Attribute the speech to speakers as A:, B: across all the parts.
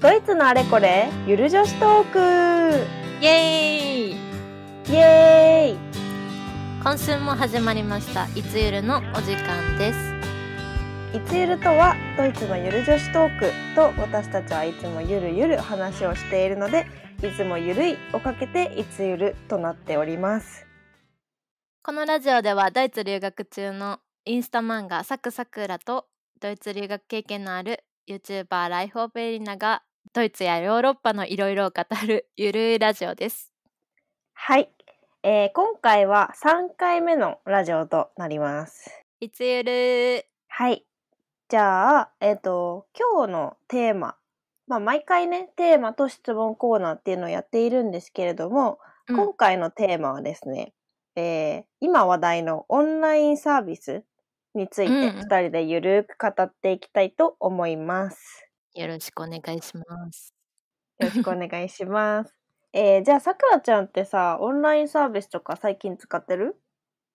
A: ドイツのあれこれゆる女子トーク
B: イエーイ
A: イエーイ
B: 今週も始まりました「いつゆる」のお時間です
A: いつゆるとはドイツのゆる女子トークと私たちはいつもゆるゆる話をしているのでいつもゆるいをかけていつゆるとなっております
B: このラジオではドイツ留学中のインスタ漫画「サクサクラ」とドイツ留学経験のある YouTuber ライフ・オブ・エリナがドイツやヨーロッパのいろいろを語るゆるいラジオです
A: はい、えー、今回は3回目のラジオとなります
B: いつゆる
A: はい。じゃあ、えっ、と、今日のテーマ。まあ、毎回ね、テーマと質問コーナーっていうのをやっているんですけれども、
B: うん
A: 今回のテーマはですね、えー今話題のオンラインサービスについて、
B: うんうん
A: 2人でゆるく語っていきたいと思います。
B: よろしくお願いします
A: よろしくお願いします。 えーじゃあ、さくらちゃんってさ、オンラインサービスとか最近使ってる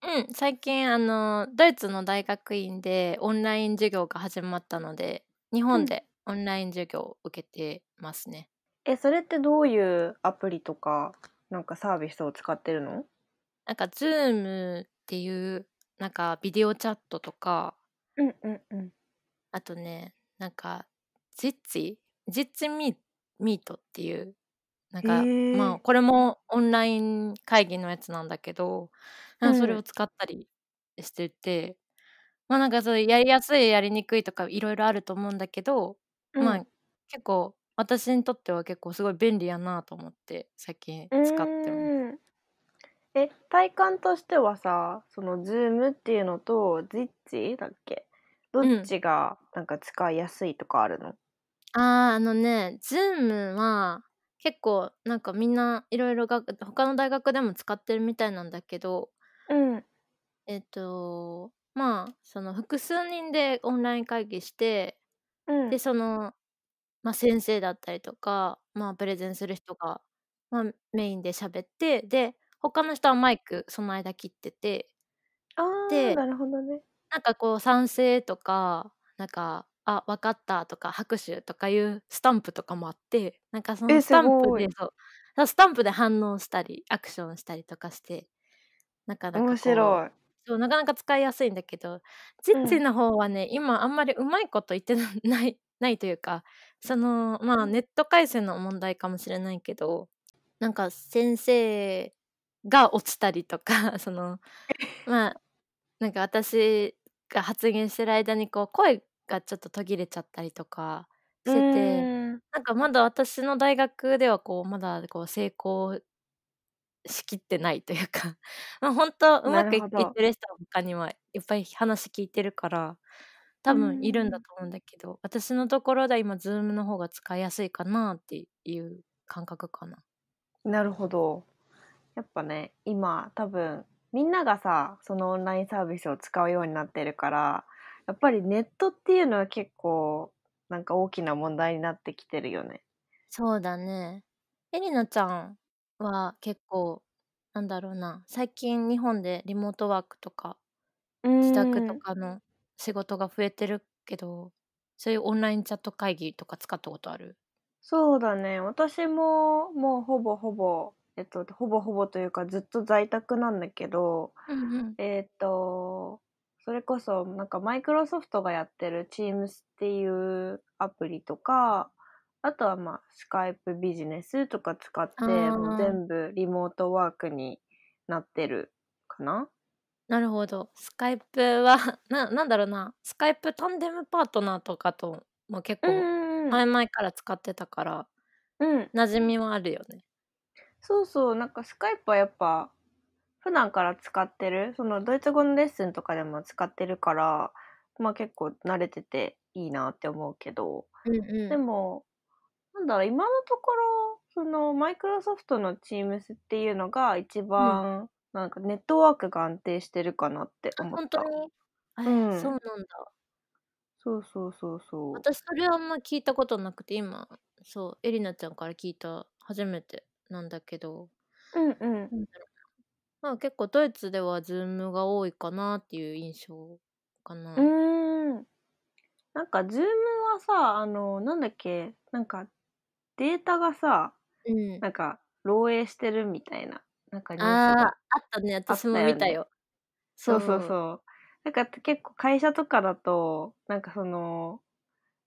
B: うん最近あのドイツの大学院でオンライン授業が始まったので日
A: う
B: 本
A: ん
B: でオンライン授業を受けてますね、
A: え、それってどういうアプリとか、なんかサービスを使ってるの
B: なんか Zoom っていうなんかビデオチャットとか
A: うんうんうん。
B: あとねなんか Jitsi Jitsi ミートっていうなんか
A: へー
B: まあこれもオンライン会議のやつなんだけどなんかそれ
A: う
B: を
A: ん
B: 使ったりしてて、まあなんかそうやりやすいやりにくいとかいろいろあると思うんだけど、まあ結構私にとっては結構すごい便利やなと思って最近使ってます。
A: うーんえ体感としてはさそのズームっていうのとジッチだっけどっちがなんか使いやすいとかあるの、
B: あーあのね Zoom は結構なんかみんないろいろが他の大学でも使ってるみたいなんだけど
A: うん、
B: えっとまあその複数人でオンライン会議して
A: うん
B: でその、まあ、先生だったりとか、まあ、プレゼンする人が、まあ、メインで喋ってで他の人はマイクその間切ってて
A: あー
B: で
A: なるほどね
B: なんかこう賛成とかなんかあ分かったとか拍手とかいうスタンプとかもあってなんかそ
A: え
B: のスタン
A: す
B: プ
A: ごい
B: でそうそうスタンプで反応したりアクションしたりとかしてなかなかこう
A: 面白い
B: そうなかなか使いやすいんだけどジッチの方はね、今あんまりうまいこと言ってなない ないというかそのまあネット回線の問題かもしれないけどなんか先生が落ちたりとか そのまあなんか私が発言してる間にこう声がちょっと途切れちゃったりとかしてて。
A: うん
B: なんかまだ私の大学ではこうまだこう成功しきってないというか まあ本当うまくいい
A: なるほど
B: ってる人は他にはいっぱい話聞いてるから多分いるんだ
A: うん
B: と思うんだけど私のところでは今 Zoom の方が使いやすいかなっていう感覚かな。
A: なるほどやっぱね今多分みんながさそのオンラインサービスを使うようになってるからやっぱりネットっていうのは結構なんか大きな問題になってきてるよね
B: そうだね。エリナちゃんは結構なんだろうな最近日本でリモートワークとか自宅とかの仕事が増えてるけどそういうオンラインチャット会議とか使ったことある
A: そうだね。私ももうほぼほぼ、えっと、ほぼほぼというかずっと在宅なんだけど、
B: うんうん
A: えっと、それこそなんかマイクロソフトがやってる Teams っていうアプリとか、あとはまあスカイプビジネスとか使って
B: あー
A: もう全部リモートワークになってるかな
B: なるほどスカイプは ななんだろうなスカイプタンデムパートナーとかとも結
A: う
B: 構
A: ん
B: 前々から使ってたから
A: うん。
B: 馴染みはあるよね
A: そうそう、なんかスカイプはやっぱ普段から使ってる、そのドイツ語のレッスンとかでも使ってるから、まあ結構慣れてていいなって思うけど、
B: うんうん
A: でも、なんだろう、今のところ、そのマイクロソフトの Teams っていうのが一番、なんかネットワークが安定してるかなって思っ
B: 本
A: た
B: 当。にあ
A: うん
B: そうなんだ
A: そうそうそうそう。
B: 私それはあんま聞いたことなくて今そうエリナちゃんから聞いた初めてなんだけど
A: うんうん。
B: なんだろうなまあ結構ドイツではズームが多いかなっていう印象かな。
A: うーん。なんか、ズームはさ、あの、なんだっけ、なんか、データがさ
B: うん、
A: なんか漏洩してるみたいななんかニュース
B: ああ
A: が
B: あったね
A: たよね
B: 私も見たよ
A: そうそうそう。なんか結構会社とかだと、なんかその、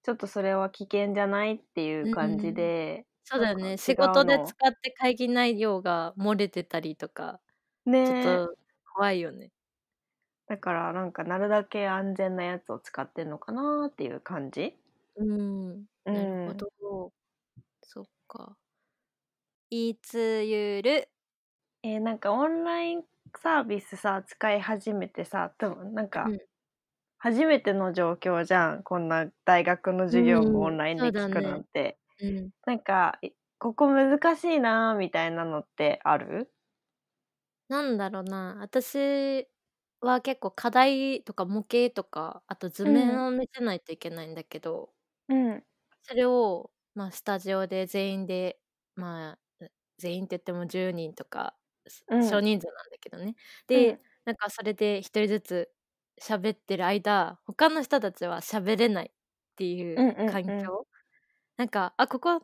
A: ちょっとそれは危険じゃないっていう感じで、
B: そうだよ
A: なん
B: ね
A: か違
B: 仕
A: うの
B: 事で使って会議内容が漏れてたりとかちょっ
A: ねえ
B: と怖いよね
A: だからなんかなるだけ安全なやつを使ってんのかなっていう感じ。
B: うん
A: う
B: なる
A: ん
B: ほ、ど、そっかいつゆる
A: えーなんかオンラインサービスさ使い始めてさ多分なんか
B: うん
A: 初めての状況じゃんこんな大学の授業もオンラインで
B: うんそうだ
A: 聞く
B: ね
A: なんて、
B: うん
A: なんかいここ難しいなーみたいなのってある
B: なんだろうな私は結構課題とか模型とかあと図面を見せないといけないんだけど、
A: うん
B: それを、まあ、スタジオで全員で、まあ、全員って言っても10人とか、す
A: うん
B: 少人数なんだけどねで、なんかそれで一人ずつ喋ってる間他の人たちは喋れないってい
A: んうんう
B: うん環境、なんか「あここ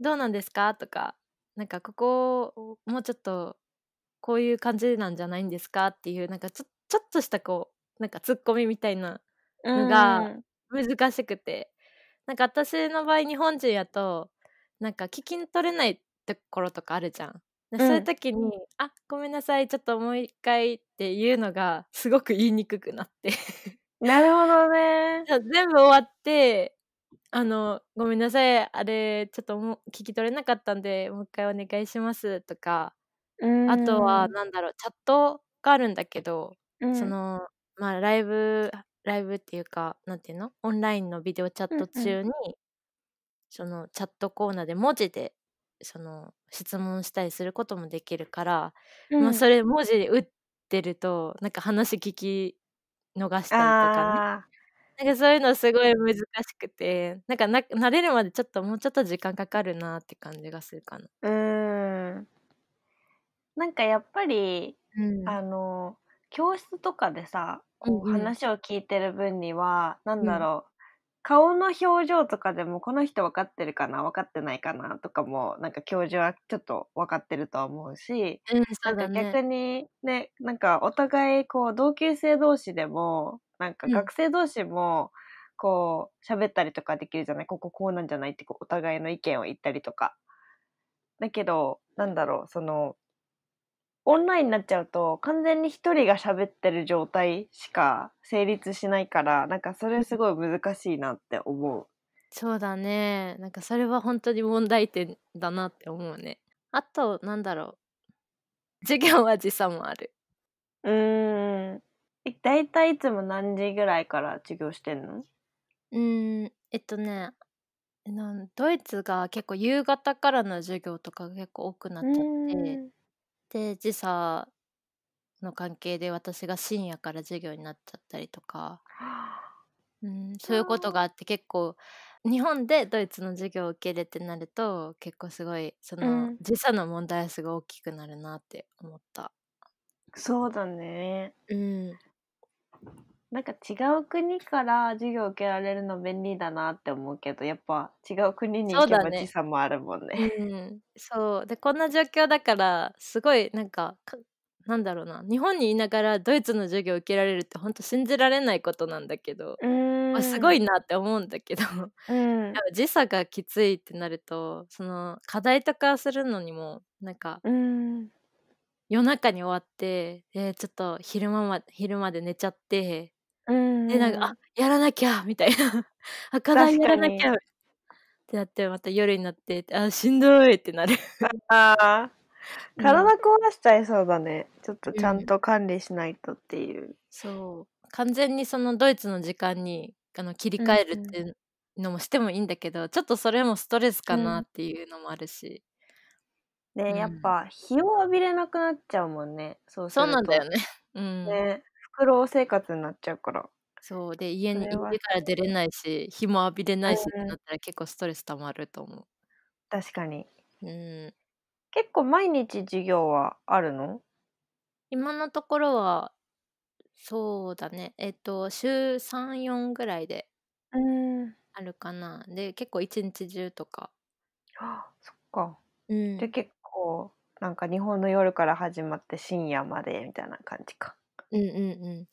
B: どうなんですか?」とか「なんかここもうちょっとこういう感じなんじゃないんですか?」っていうなんかちょちょっとしたこうなんかツッコミみたいなのが
A: うん
B: 難しくてなんか私の場合日本人やとなんか聞き取れないところとかあるじゃん。で
A: うん
B: そういう時に「あごめんなさいちょっともう一回」っていうのがすごく言いにくくなって
A: なるほどね。
B: 全部終わって「あのごめんなさいあれちょっともう聞き取れなかったんでもう一回お願いします」とかあとはなんだろうチャットがあるんだけど
A: うん、
B: そのまあライブライブっていうかなんていうのオンラインのビデオチャット
A: うん
B: 中に、そのチャットコーナーで文字でその質問したりすることもできるから、
A: うん、
B: まあ、それ文字で打ってるとなんか話聞き逃したりとか
A: あ
B: ねなんかそういうのすごい難しくてなんかな慣れるまでちょっともうちょっと時間かかるなって感じがするかな。
A: ーうんなんかやっぱり、
B: うん
A: あの教室とかでさこう
B: うんうん
A: 話を聞いてる分には、なんだろう顔の表情とかでもこの人分かってるかな分かってないかなとかもなんか教授はちょっと分かってるとは思うし、
B: うん、そ
A: なか
B: うんだね
A: 逆にねなんかお互いこう同級生同士でもなんか
B: うん
A: 学生同士もこう喋ったりとかできるじゃないこここうなんじゃないってこうお互いの意見を言ったりとかだけどなんだろうそのオンラインになっちゃうと完全に一人が喋ってる状態しか成立しないからなんかそれすごい難しいなって思う。
B: そうだねなんかそれは本当に問題点だなって思うねあとなんだろう授業は時差もある
A: うーんえ大体いつも何時ぐらいから授業してんの
B: うーんえっとねなんドイツが結構夕方からの授業とかが結構多くなっちゃってで時差の関係で私が深夜から授業になっちゃったりとか、うん、そういうことがあって結構日本でドイツの授業を受け入れてなると結構すごいその
A: うん
B: 時差の問題はすごい大きくなるなって思った。
A: そうだね。
B: うん、
A: なんか違う国から授業受けられるの便利だなって思うけどやっぱ違う国に行け
B: そうだ
A: ば
B: ね
A: 時差もあるもんね。
B: うん、そうでこんな状況だからすごいなんかかなんだろうな日本にいながらドイツの授業を受けられるって本当信じられないことなんだけど、
A: う
B: まあ、すごい、なって思うんだけど
A: うん
B: でも時差がきついってなるとその課題とかするのにもなんか
A: うん、
B: 夜中に終わってでちょっと昼間ま昼まで寝ちゃって
A: うん、
B: でなんか、あやらなきゃみたいな あ課題やらなきゃってなってまた夜になってあしんどいってなる。
A: あー
B: うん
A: 体壊しちゃいそうだね、ちょっとちゃんと管理しないとっていう、
B: そう完全にそのドイツの時間にあの切り替えるっていうのもしてもいいんだけど、ちょっとそれもストレスかな
A: うん
B: っていうのもあるし、
A: ね
B: うん
A: やっぱ日を浴びれなくなっちゃうもんねそうする
B: そ
A: と
B: うなんだよね。 うん、
A: ねフクロウ生活になっちゃうから
B: そうで家に
A: それは
B: 家から出れないし日も浴びれないしって
A: うん
B: なったら結構ストレス溜まると思
A: 確かに
B: う。うん、
A: 結構毎日授業はあるの
B: 今のところはそうだねえっ、と週34ぐらいで
A: うん
B: あるかなで結構一日中とか
A: あそっか。
B: うん
A: で、結構、なんか日本の夜から始まって深夜までみたいな感じか。
B: うんうんう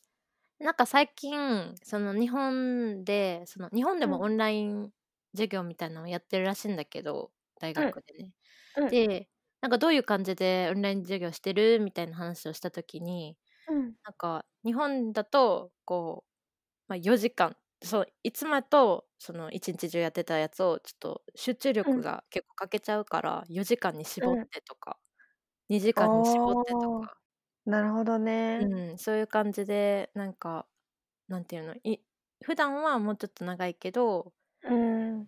B: ん。なんか最近その日本でその日本で
A: う
B: も
A: ん
B: オンライン授業みたいなのをやってるらしいんだけど大学でね。
A: うん
B: でなんかどういう感じでオンライン授業してるみたいな話をした時に
A: うん。
B: なんか日本だとこう、まあ、4時間そういつもとその一日中やってたやつをちょっと集中
A: うん
B: 力が結構欠けちゃうから4時間に絞っ
A: うん
B: てとか、2時間に絞ってとか
A: なるほどね。
B: うん、そういう感じでなんかなんていうのい普段はもうちょっと長いけど、
A: うん。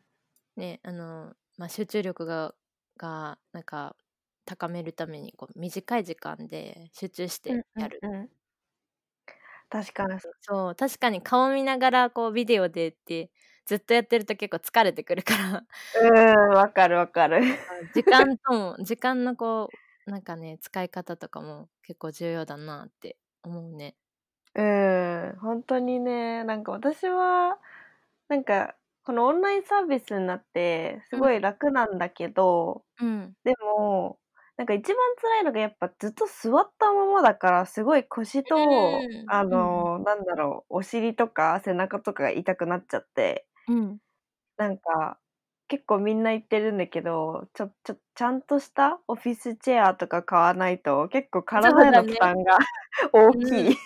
B: ねあのまあ、集中力ががなんか高めるためにこう短い時間で集中してやる。
A: うんうんうん確かに。
B: そう確かに顔見ながらこうビデオでってずっとやってると結構疲れてくるから
A: うん、わかるわかる。
B: 時 間とも時間のこうなんかね使い方とかも結構重要だなって思うね。
A: うん、本当にね、なんか私は、なんか、このオンラインサービスになって、すごい楽なんだけど、
B: うん、
A: でも、なんか一番辛いのがやっぱずっと座ったままだから、すごい腰と、
B: うん
A: あの、なんだろう、お尻とか背中とかが痛くなっちゃって、
B: うん
A: なんか、結構みんな言ってるんだけど、ちょ、ちょ、ちゃんとしたオフィスチェアとか買わないと、結構体への負担が 大きい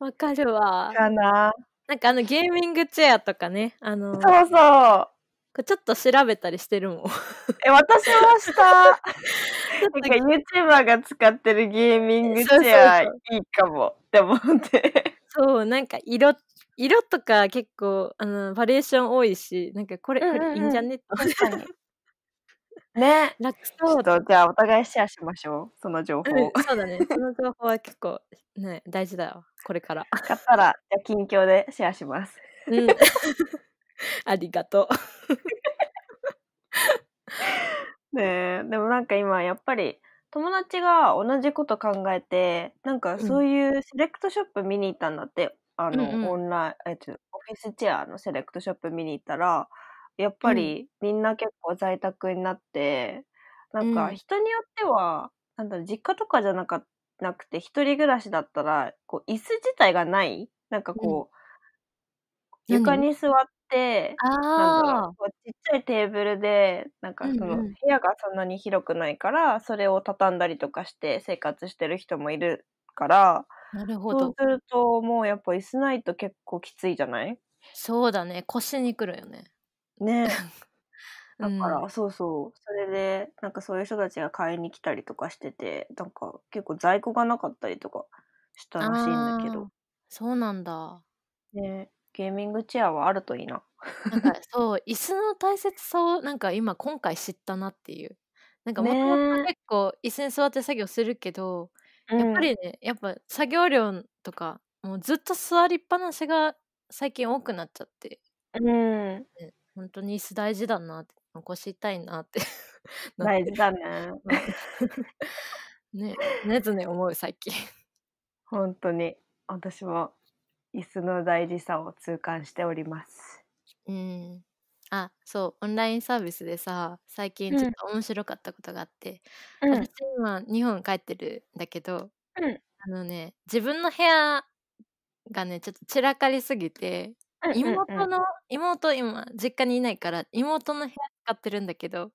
B: わかるわ。
A: かな。
B: なんかあのゲーミングチェアとかね、あの、こ
A: そうそう。
B: れちょっと調べたりしてるもん。
A: え、私もした。
B: ちょっと
A: なんか YouTuber が使ってるゲーミングチェアい
B: そうそ
A: いかもって思って。
B: そう、なんか色、色とか結構、あの、バリエーション多いし、なんかこれ、
A: うんう
B: こ
A: んうん
B: れいいんじゃね、
A: ね。
B: 楽
A: ち
B: そ
A: ょ
B: う
A: っ。とじゃあお互いシェアしましょう。その情報。
B: うん、 そうだね。その情報は結構、ね、大事だわ。これから。
A: 買ったら、じゃあ近況でシェアします。
B: うん。 ありがと
A: ねえでもなんか今やっぱり友達が同じこと考えてなんかそういうセレクトショップ見に行ったんだって、あの、
B: うんうん
A: オンラインえっとオフィスチェアのセレクトショップ見に行ったらやっぱりみんな結構在宅になって、なん
B: う
A: か
B: ん
A: 人によってはなんだろう実家とかじゃなかなくて一人暮らしだったらこう椅子自体がないなんかこう、
B: うん
A: 床
B: 何
A: に座って
B: う。
A: なんだ
B: あ
A: ろうこうちっちゃいテーブルでなんかそ
B: うん
A: の
B: う
A: 部
B: ん
A: 屋がそんなに広くないからそれを畳んだりとかして生活してる人もいるから
B: あ。なるほ
A: そう
B: ど。
A: するともうやっぱ椅子ないと結構きついじゃない
B: そうだね。腰にくるよね。
A: ね
B: う
A: だ
B: ん
A: から、そうそうそれでなんかそういう人たちが買いに来たりとかしててなんか結構在庫がなかったりとかしたらしいんだけ
B: あー
A: ど、
B: そうなんだ。
A: ね、ゲーミングチェアはあるといいな。
B: なんか そう椅子の大切さをなんか今今回知ったなっていうなんかも
A: ね
B: と
A: え
B: もと結構椅子に座って作業するけど、やっぱりねやっぱ作業量とかもうずっと座りっぱなしが最近多くなっちゃって
A: うん、うん、
B: 本当に椅子大事だなって残したいなって なっ
A: 大
B: て
A: 事だね。
B: ね常々思う最近
A: 本当に私は椅子の大事さを痛感しております。
B: うんあそうオンラインサービスでさ最近
A: うん
B: ちょっと面白かったことがあって、
A: うん
B: 私今日本帰ってるんだけど、
A: うん
B: あのね自分の部屋がねちょっと散らかりすぎて妹の、妹今実家にいないから妹の部屋使ってるんだけど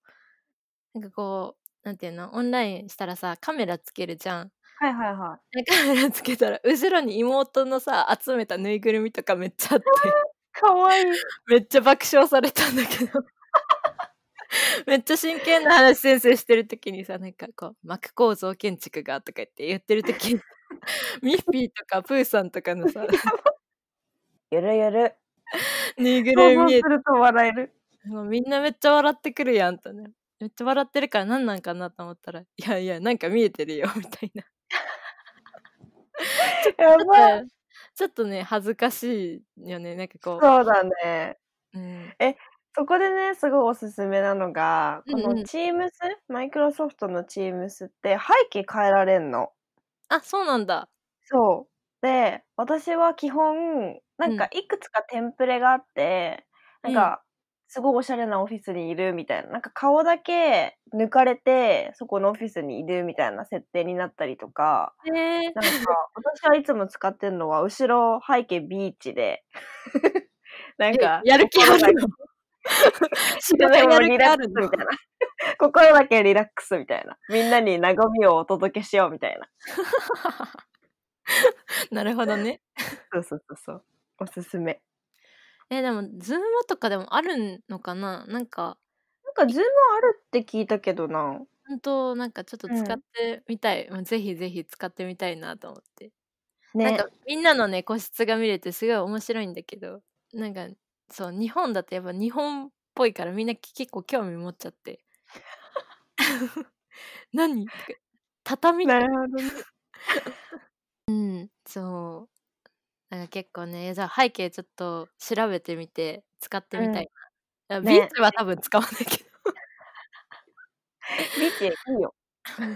B: なんかこうなんていうのオンラインしたらさカメラつけるじゃん。
A: はいはいは
B: でカメ ラつけたら後ろに妹のさ集めたぬいぐるみとかめっちゃあって
A: い。かわいい。
B: めっちゃ爆笑されたんだけど めっちゃ真剣な話先生してる時にさなんかこう膜構造建築がとか言って言ってる時 にミッフィーとかプーさんとかのさ
A: ゆるゆる。
B: ぬいぐる
A: 想
B: み
A: 像
B: 見え
A: すると笑える。
B: てもうみんなめっちゃ笑ってくるやんとねめっちゃ笑ってるから何なんかなと思ったらいやいやなんか見えてるよみたいな
A: やばい。
B: ちょっとちょっとね恥ずかしいよねなんかこ
A: そうだね。
B: う、うん、
A: そこでね、すごいおすすめなのが、こ
B: うんう
A: の
B: ん
A: Teams、マイクロソフトの Teams って背景変えられんの。
B: あそうなんだ
A: そう。で、私は基本、なん
B: う
A: かいくつかテンプレがあって、
B: うん
A: なんか、すごいおしゃれなオフィスにいるみたいな、なんか顔だけ抜かれて、そこのオフィスにいるみたいな設定になったりとか、
B: えー
A: なん か私はいつも使ってるのは、後ろ背景ビーチで、 なんか、
B: やる気あるの 仕事
A: で
B: や
A: も
B: る
A: リ
B: 気
A: ラ
B: あ
A: ック
B: る
A: ス
B: の
A: みたいな。 心だけリラックスみたいな。みんなに和みをお届けしようみたいな。
B: なるほどね
A: そうそうそうそう。おすすめ。
B: えでもズームとかでもあるのかななんか
A: なんかズームあるって聞いたけどな。
B: 本当なんかちょっと使ってみたい、もうぜひぜひ使ってみたいなと思って、
A: ね。
B: なんかみんなのね個室が見れてすごい面白いんだけどなんかそう日本だとやっぱ日本っぽいからみんなき結構興味持っちゃって 何 とか畳とか
A: なるほ どね。
B: うんそうなんか結構ねじゃあ背景ちょっと調べてみて使ってみたいな、あ
A: ね
B: ビーチは多分使わないけど
A: ビーチいいよ。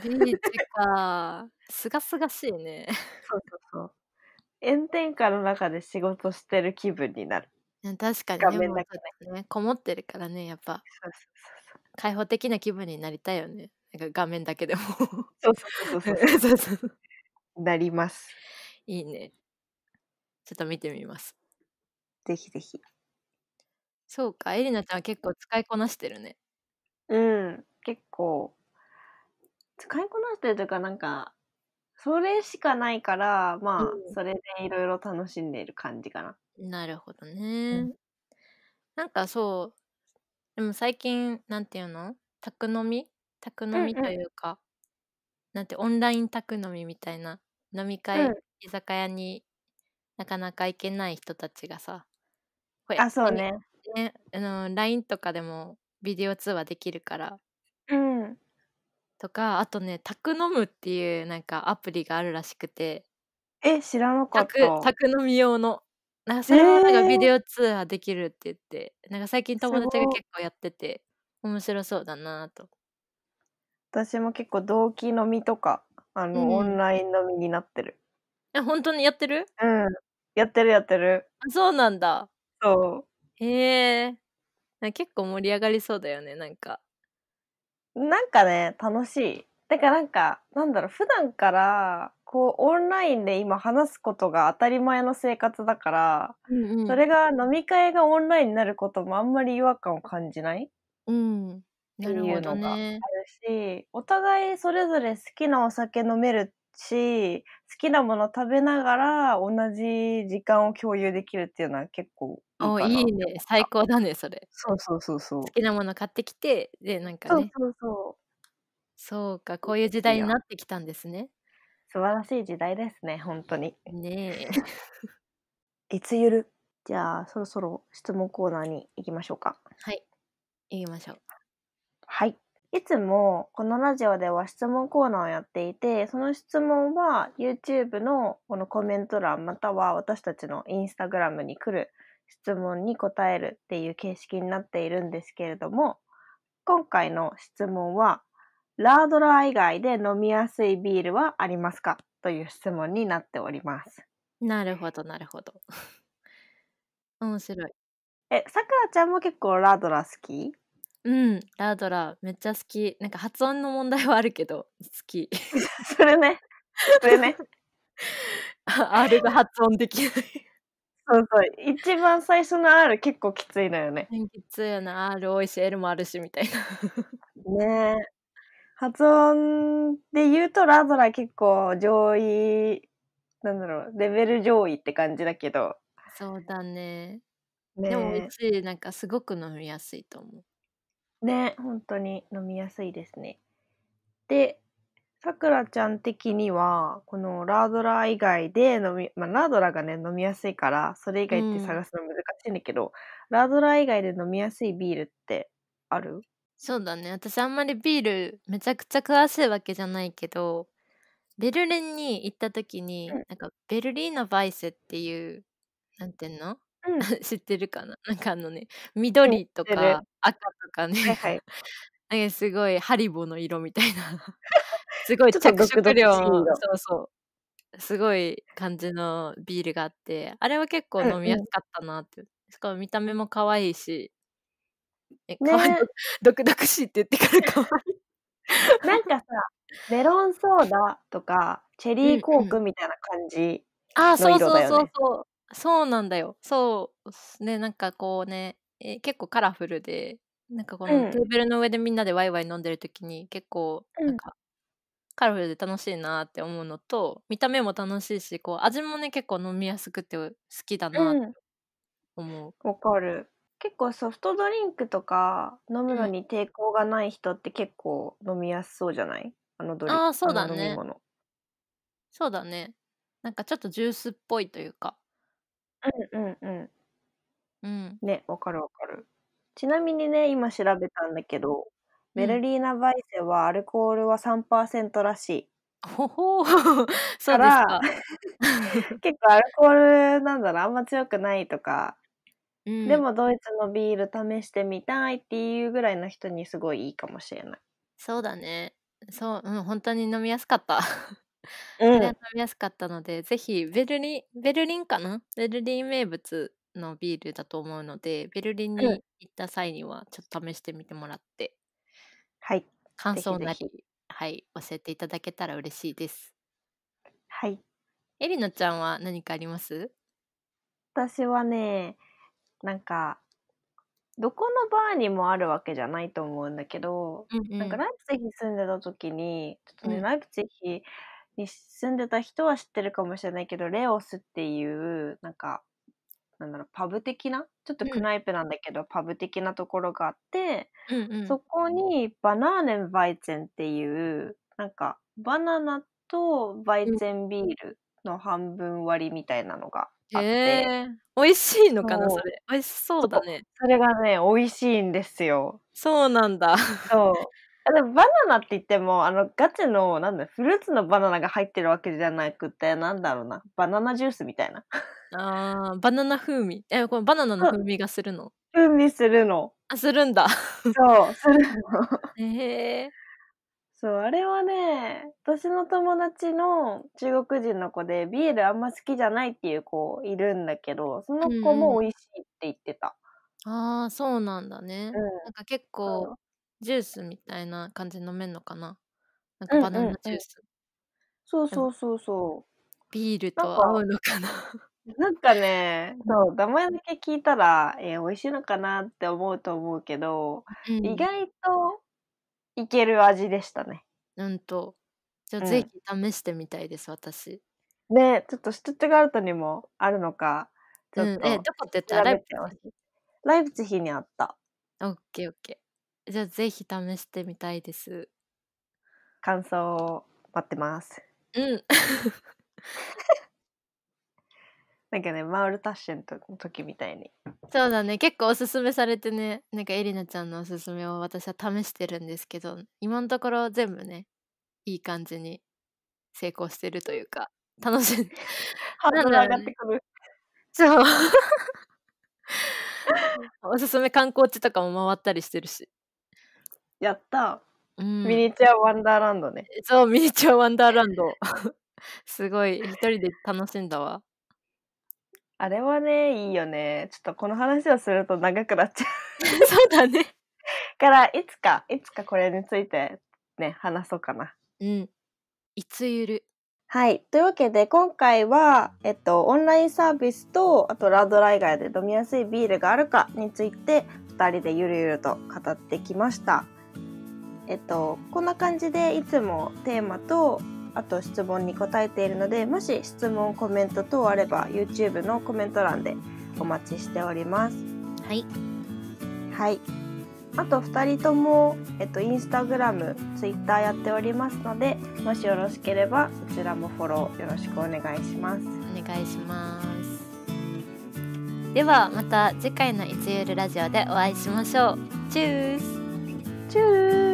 B: ビーチか。すがすがしいね。
A: そうそうそう。炎天下の中で仕事してる気分になる。
B: 確かに、ね、
A: 画面
B: もう
A: だけ
B: ちょっとね。こもってるからね、やっぱ開放的な気分になりたいよね。なんか画面だけでも。
A: そうそうそうそう。そうそうそう
B: そうそ
A: そ
B: う
A: う。なります。
B: いいね。ちょっと見てみます。
A: ぜひぜひ。
B: そうか、エリナちゃんは結構使いこなしてるね。
A: うん。結構、使いこなしてるというか、なんか、それしかないから、まあ、
B: うん
A: それでいろいろ楽しんでいる感じかな。
B: なるほどね。
A: ん
B: なんかそう、でも最近、なんていうの宅飲み宅飲み
A: うんう
B: と
A: ん
B: いうか、なんてオンライン宅飲みみたいな飲み会、
A: うん
B: 居酒屋になかなか行けない人たちがさ、こ
A: あ、そう。ね。
B: ねあの LINE とかでもビデオ通話できるから
A: うん。
B: とか、あとね、宅飲むっていうなんかアプリがあるらしくて、
A: え、知らなかっ
B: 宅
A: た。
B: 宅飲み用のなんかそれもなんか
A: えー
B: ビデオ通話できるって言って、なんか最近友達
A: す
B: が
A: ごい
B: 結構やってて面白そうだなと
A: 私も結構同期飲みとか、あの、
B: うん
A: オンライン飲みになってる。
B: え本当にやってる
A: うん。やってるやってる。
B: あそうなんだ
A: そ
B: へえなんか結構盛り上がりそうだよねなんか
A: う。なんかね、楽しい。だからなんか、なんだろう、普段から、こう、オンラインで今話すことが当たり前の生活だから、それが飲み会がオンラインになることもあんまり違和感を感じない
B: うんなるほど
A: っていうのが
B: ね
A: あるし、お互いそれぞれ好きなお酒飲めるし、好きなもの食べながら同じ時間を共有できるっていうのは結構いい
B: お
A: かな。
B: いいね最高だねそれ
A: そうそうそうそう。
B: 好きなもの買ってきてでなんか
A: そう
B: ね
A: そうそう。
B: そうかこういう時代になってきたんですね
A: 素晴らしい時代ですね、本当に。
B: ねえ
A: いつゆるじゃあ、そろそろ質問コーナーに行きましょうか。
B: はい行きましょう
A: はい。いつもこのラジオでは質問コーナーをやっていて、その質問は YouTube のこのコメント欄または私たちの Instagram に来る質問に答えるっていう形式になっているんですけれども、今回の質問は、ラードラー以外で飲みやすいビールはありますかという質問になっております。
B: なるほどなるほど面白い
A: え、さくらちゃんも結構ラードラー好き
B: うんラードラめっちゃ好きなんか発音の問題はあるけど好き
A: それね。それね。
B: R が発音できない
A: そうそう。一番最初の R 結構きついのよね。
B: きついよな R 多いし L もあるしみたいな
A: ねえ。発音で言うとラドラ結構上位、なんだろう、レベル上位って感じだけど。
B: そうだね
A: ね
B: でもうちなんかすごく飲みやすいと思う
A: ね本当に飲みやすいですね。で、さくらちゃん的には、このラードラ以外で飲み、まあラードラがね、飲みやすいから、それ以外って探すの難しいんだけど、ラードラ以外で飲みやすいビールってある
B: そうだね私あんまりビールめちゃくちゃ詳しいわけじゃないけどベルリンに行った時に、
A: うん
B: なんかベルリーナ・バイセっていうなんていうの
A: うん。は
B: 知ってるかななんかあのね緑と
A: 知ってる
B: か赤とかね、
A: いはい。
B: なんかすごいハリボの色みたいな すごい
A: ちょっと
B: 着色料
A: 毒
B: も
A: 々しい
B: そうそうすごい感じのビールがあってあれは結構
A: うん
B: 飲みやすかったなって、しかも見た目も可愛いしね
A: ね
B: 可 愛い毒々しいって言ってから可愛い
A: なんかさ、メロンソーダとか、チェリーコークみたいな感じ。
B: ああ、そう
A: 色
B: そう
A: だよね
B: そうそう。そうなんだよ。そうっすね、なんかこうね、えー結構カラフルで、なんかこ
A: うん
B: のテーブルの上でみんなでワイワイ飲んでる時に結構
A: うん
B: なんかカラフルで楽しいなって思うのと、見た目も楽しいし、こう味もね結構飲みやすくて好きだなって
A: ん。
B: 思う。
A: わかる。結構ソフトドリンクとか飲むのに抵抗がない人って結構飲みやすそうじゃないあのドリ
B: あーそうだ
A: あの
B: ね
A: 飲み物。
B: そうだね。なんかちょっとジュースっぽいというか。
A: うんうんうん。
B: うん。
A: ね、わかるわかる。ちなみにね、今調べたんだけど、ベル
B: リ
A: リーナ・バイセはアルコールは3%らしい。
B: ほほー そうです
A: から
B: か。
A: 結構アルコールなんだろう、あんま強くないとか、
B: うん
A: でもドイツのビール試してみたいっていうぐらいの人にすごいいいかもしれない。
B: そうだね。そう、うん、本当に飲みやすかった。
A: う
B: これは飲みやすかったので、ぜひベルリン、ベルリンかなベルリン名物のビールだと思うので、ベルリンに
A: うん
B: 行った際には、ちょっと試してみてもらって、
A: はい。
B: 感想なり、
A: ぜひぜ
B: はい、教えていただけたら嬉しいです。
A: はい。
B: エリノちゃんは何かあります
A: 私はね、なんか、どこのバーにもあるわけじゃないと思うんだけど、
B: うんう
A: なんかライプツィヒ住んでた時に、ちょっとね、
B: うん
A: ライプツィヒに住んでた人は知ってるかもしれないけど、レオスっていう、なんか、なんだろう、パブ的な、ちょっとクナイプなんだけど、パブ的なところがあって、
B: うんうん
A: そこにバナーネンバイツェンっていう、なんか、バナナとバイツェンビールの半分割りみたいなのがあって、
B: えー、美味しいのかな
A: そう
B: それ。美味しそうだね。
A: それがね、美味しいんですよ。
B: そうなんだ。
A: そう。あでもバナナって言っても、あの、ガチの、なんだ、フルーツのバナナが入ってるわけじゃなくて、なんだろうな、バナナジュースみたいな。
B: あーバナナ風味。え、このバナナの風味がするの。
A: 風味するの。
B: あ、するんだ。
A: そう、するの。
B: へえ
A: そう、あれはね、私の友達の中国人の子で、ビールあんま好きじゃないっていう子いるんだけど、その子
B: うんう
A: も
B: ん
A: 美味しいって言ってた。
B: ああ、そうなんだね。
A: うん
B: なんか結
A: そ
B: 構、ジュースみたいな感じで飲めんのかななんかバナ
A: うんうんうん
B: ナジュース、
A: そうそうそうそう。
B: ビールとは合うのかな
A: なんかね、そう、名前だけ聞いたら、えー美味しいのかなって思うと思うけど、
B: うん
A: 意外といける味でしたね。
B: うんと。じゃあ、
A: うん
B: ぜひ試してみたいです、私。
A: で、ちょっとシュトゥットガルトにもあるのか、ち
B: う
A: ょ
B: ん
A: っ。と
B: え、どこって言った
A: 調
B: らラ
A: べ
B: イブ
A: てほしい。ライプツヒにあった
B: オッケーオッケー。じゃあ、ぜひ試してみたいです。
A: 感想を待ってます。
B: うん。
A: なんかね、マウルタッシェンとの時みたいに。
B: そうだね。結構おすすめされてね、なんかエリナちゃんのおすすめを私は試してるんですけど、今のところ全部ね、いい感じに成功してるというか、楽しん
A: ハードル
B: な
A: 上
B: ん
A: が
B: だろうね
A: ってくる。
B: そう。 おすすめ観光地とかも回ったりしてるし。
A: やった、
B: うん
A: ミニチュアワンダーランドね。
B: そう、ミニチュアワンダーランド。 すごい、一人で楽しんだわ。
A: あれはね、いいよね。ちょっとこの話をすると長くなっちゃう
B: そうだね。
A: から、いつか、いつかこれについてね、話そうかな。
B: うん。いつゆる。
A: はい。というわけで、今回は、えっと、オンラインサービスと、あとラードライ以外で飲みやすいビールがあるかについて、2人でゆるゆると語ってきました。えっと、こんな感じで、いつもテーマと、あと質問に答えているので、もし質問、コメント等あれば、YouTube のコメント欄でお待ちしております。
B: はい。
A: はい。あと2人とも、えっと、インスタグラム、ツイッターやっておりますので、もしよろしければ、そちらもフォローよろしくお願いします。
B: お願いします。では、また次回のいつゆるラジオでお会いしましょう。チュース
A: チュー